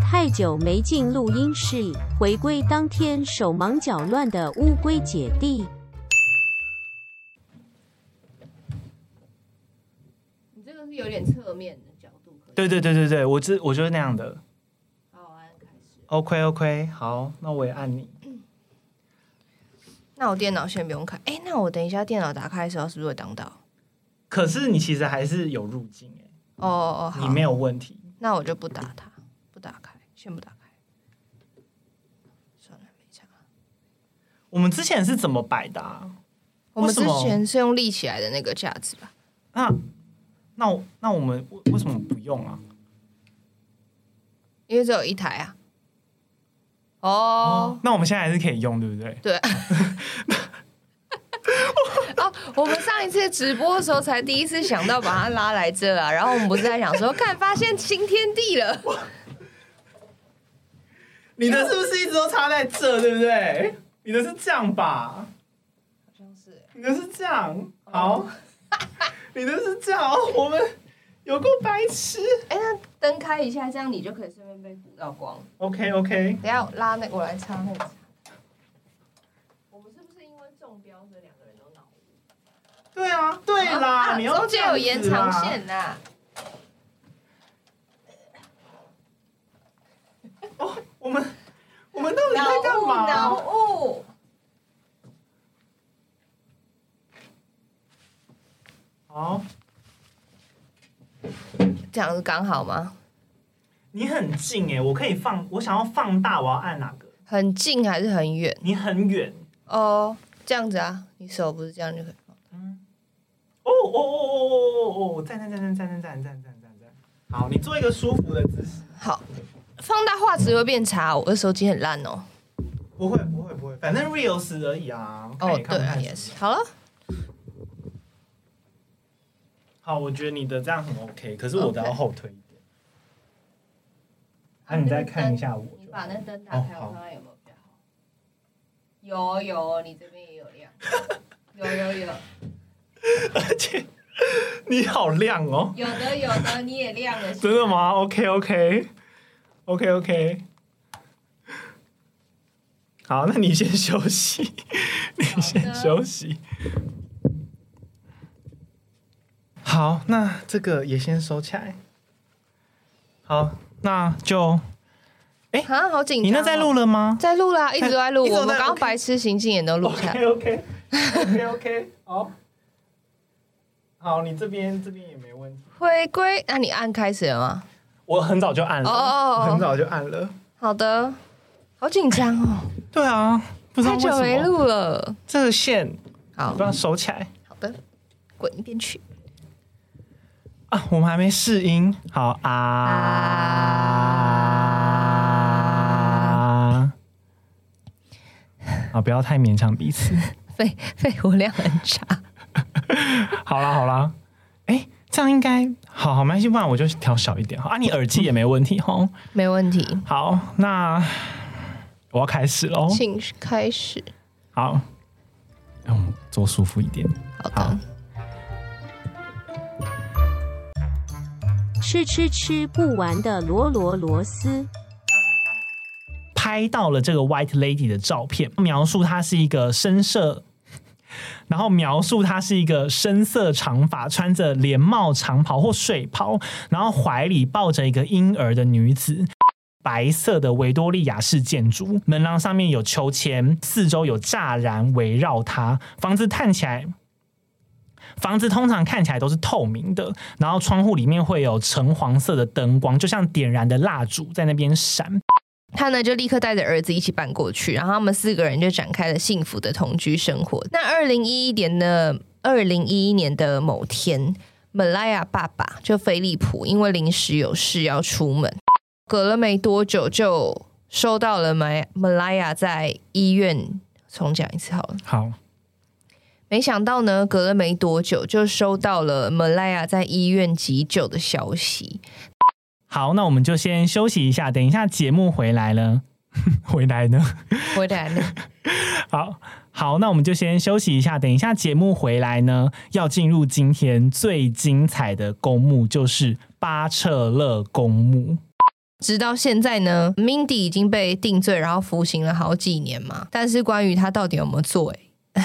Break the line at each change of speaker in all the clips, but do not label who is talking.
太久没进录音室，回归当天手忙脚乱的乌龟姐弟。
你这个是有点侧面的角度，可以
对对对对对，我知我就是那样的。
好，我按开始。
OK OK，好，那我也按你。
那我电脑先不用开，哎，那我等一下电脑打开的时候是不是会挡到？
可是你其实还是有入境哎、
哦哦哦，好
你，没有问题。
那我就不打它，不打开，先不打开。算了，没差。
我们之前是怎么摆的啊？
我们
为什
之
么
前是用立起来的那个架子吧？
那那我那我们为为什么不用啊？
因为只有一台啊。哦，
那我们现在还是可以用，对不对？
对。哦，我们上一次直播的时候才第一次想到把它拉来这啊， 然后我们不是在想说，看发现新天地了，
你的是不是一直都插在这，对不对？你的是这样吧？
好像是
你的是这样，好，你的是这样，哦我们有够白痴。
哎、那灯开一下，这样你就可以顺便被鼓到光。
OK OK，
等一下我拉那个，我来插那个。我们是不是因为中标，所以两个人都脑雾？
对啊，对啦，
啊
你要
中
这
间
样
有
子
延
啦
长线呐。
哦，我们我们到底
脑
在干
雾，脑
嘛？
雾。
好，
这样子刚好吗？
你很近哎、我可以放，我想要放大，我要按哪个？
很近还是很远？
你很远。
哦，这样子啊，你手不是这样就可以放。
哦哦哦哦哦哦哦！赞赞赞赞赞赞赞赞赞赞赞！好，你做一个舒服的姿势。
好，放大画质会变差，我的手机很烂哦。
不会不会不会，反正 reels 而已啊。看
哦
你，看
对
不
啊，
看
也是。好了，
好，我觉得你的这样很 OK，可是我的
OK
要后退一点。那你再看一下我就好。
你把那灯打
哦
开，
好
我看看有没有比较好。有有，你这边也有 亮。有有有，
而且你好亮哦，
有的有的，你也亮了。
真的？吗？OK OK OK OK，好，那你先休息，你
好
先
的
休息。好，那这个也先收起来。好，那就
啊，好紧张、
你那在录，了吗
在录哦啦，一直都在录。
一直都在
我们刚刚白痴行径也都录下
？OK
来。
OK OK OK，好，好，你这边这边也没问题。
回归，那你按开始了吗？
我很早就按了，
哦哦哦哦
很早就按了。
好的，好紧张哦，
对啊，不知道
太
为
久没
什么
录了。
这个线
好
不，要收起来
好的，滚一边去。
啊！我们还没试音，好啊啊不要太勉强彼此。
肺 肺活量很差。
好啦好啦，哎、这样应该好好，没关系，不然我就调小一点好啊。你耳机也没问题吼。
没问题，
好，那我要开始喽。
请开始。
好，让我们坐舒服一点。
好的，
好
吃吃吃不完的罗罗螺丝，
拍到了这个 White Lady 的照片，描述她是一个深色， 然后描述她是一个深色长发、穿着连帽长袍或睡袍，然后怀里抱着一个婴儿的女子。白色的维多利亚式建筑，门廊上面有秋千，四周有栅栏围绕它。房子看起来，房子通常看起来都是透明的，然后窗户里面会有橙黄色的灯光，就像点燃的蜡烛在那边闪。
他呢就立刻带着儿子一起搬过去，然后他们四个人就展开了幸福的同居生活。那二零一一年的二零一一年的某天，本莱亚爸爸就菲利普因为临时有事要出门，隔了没多久就收到了梅本莱亚在医院。重讲一次好了，
好，
没想到呢，隔了没多久就收到了门莱亚在医院急救的消息。
好，那我们就先休息一下，等一下节目回来了， 回来呢？
回来了，
好好，那我们就先休息一下，等一下节目回来呢，要进入今天最精彩的公墓，就是巴彻勒公墓。
直到现在呢，Mindy 已经被定罪，然后服刑了好几年嘛。但是关于他到底有没有罪，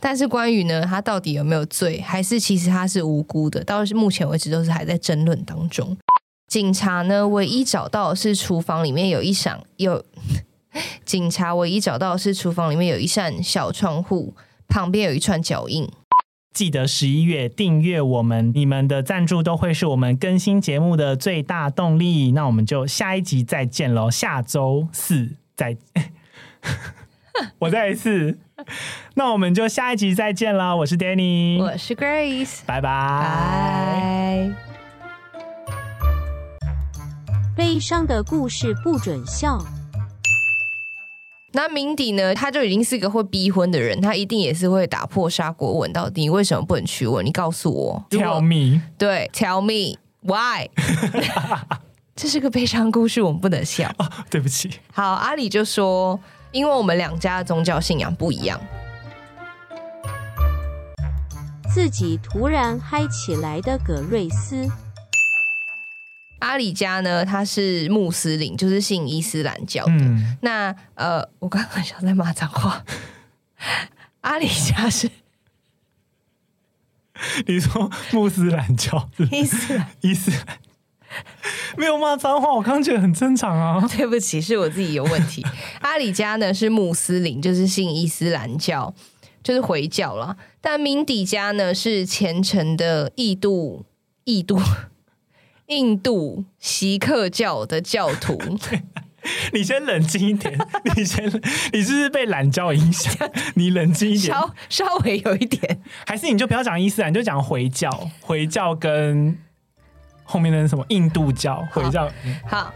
但是关于呢他到底有没有罪，还是其实他是无辜的，到目前为止都是还在争论当中。警察呢，唯一找到的是厨房里面有一扇有， 警察唯一找到的是厨房里面有一扇小窗户，旁边有一串脚印。
记得十一月订阅我们，你们的赞助都会是我们更新节目的最大动力。那我们就下一集再见喽，下周四再， 我再一次，那我们就下一集再见啦。我是 Danny，
我是 Grace，
拜拜。
拜。
悲伤的故事不准笑。
那明迪呢？他就已经是个会逼婚的人，他一定也是会打破砂锅问到底。你为什么不能娶我？你告诉我。如
Tell
果
me，
对，Tell me why？这是个悲伤故事，我们不能笑。
对不起，
好，阿里就说，因为我们两家的宗教信仰不一样。
自己突然嗨起来的葛瑞斯，
阿里家呢，他是穆斯林，就是信伊斯兰教的。
嗯，
那呃，我刚刚想在骂脏话。阿里家是
你说穆斯兰教是
伊斯兰，
伊斯兰，没有骂脏话，我刚刚觉得很正常啊。
对不起，是我自己有问题。阿里家呢是穆斯林，就是信伊斯兰教，就是回教啦。但明底家呢是虔诚的印度、印度、印度锡克教的教徒。
你先冷静一 点，你先，你是不是被懒教影 响？你冷静一点，
稍稍微有一点，
还是你就不要讲伊斯兰，你就讲回教，回教跟后面的是什么印度教、回教。
好，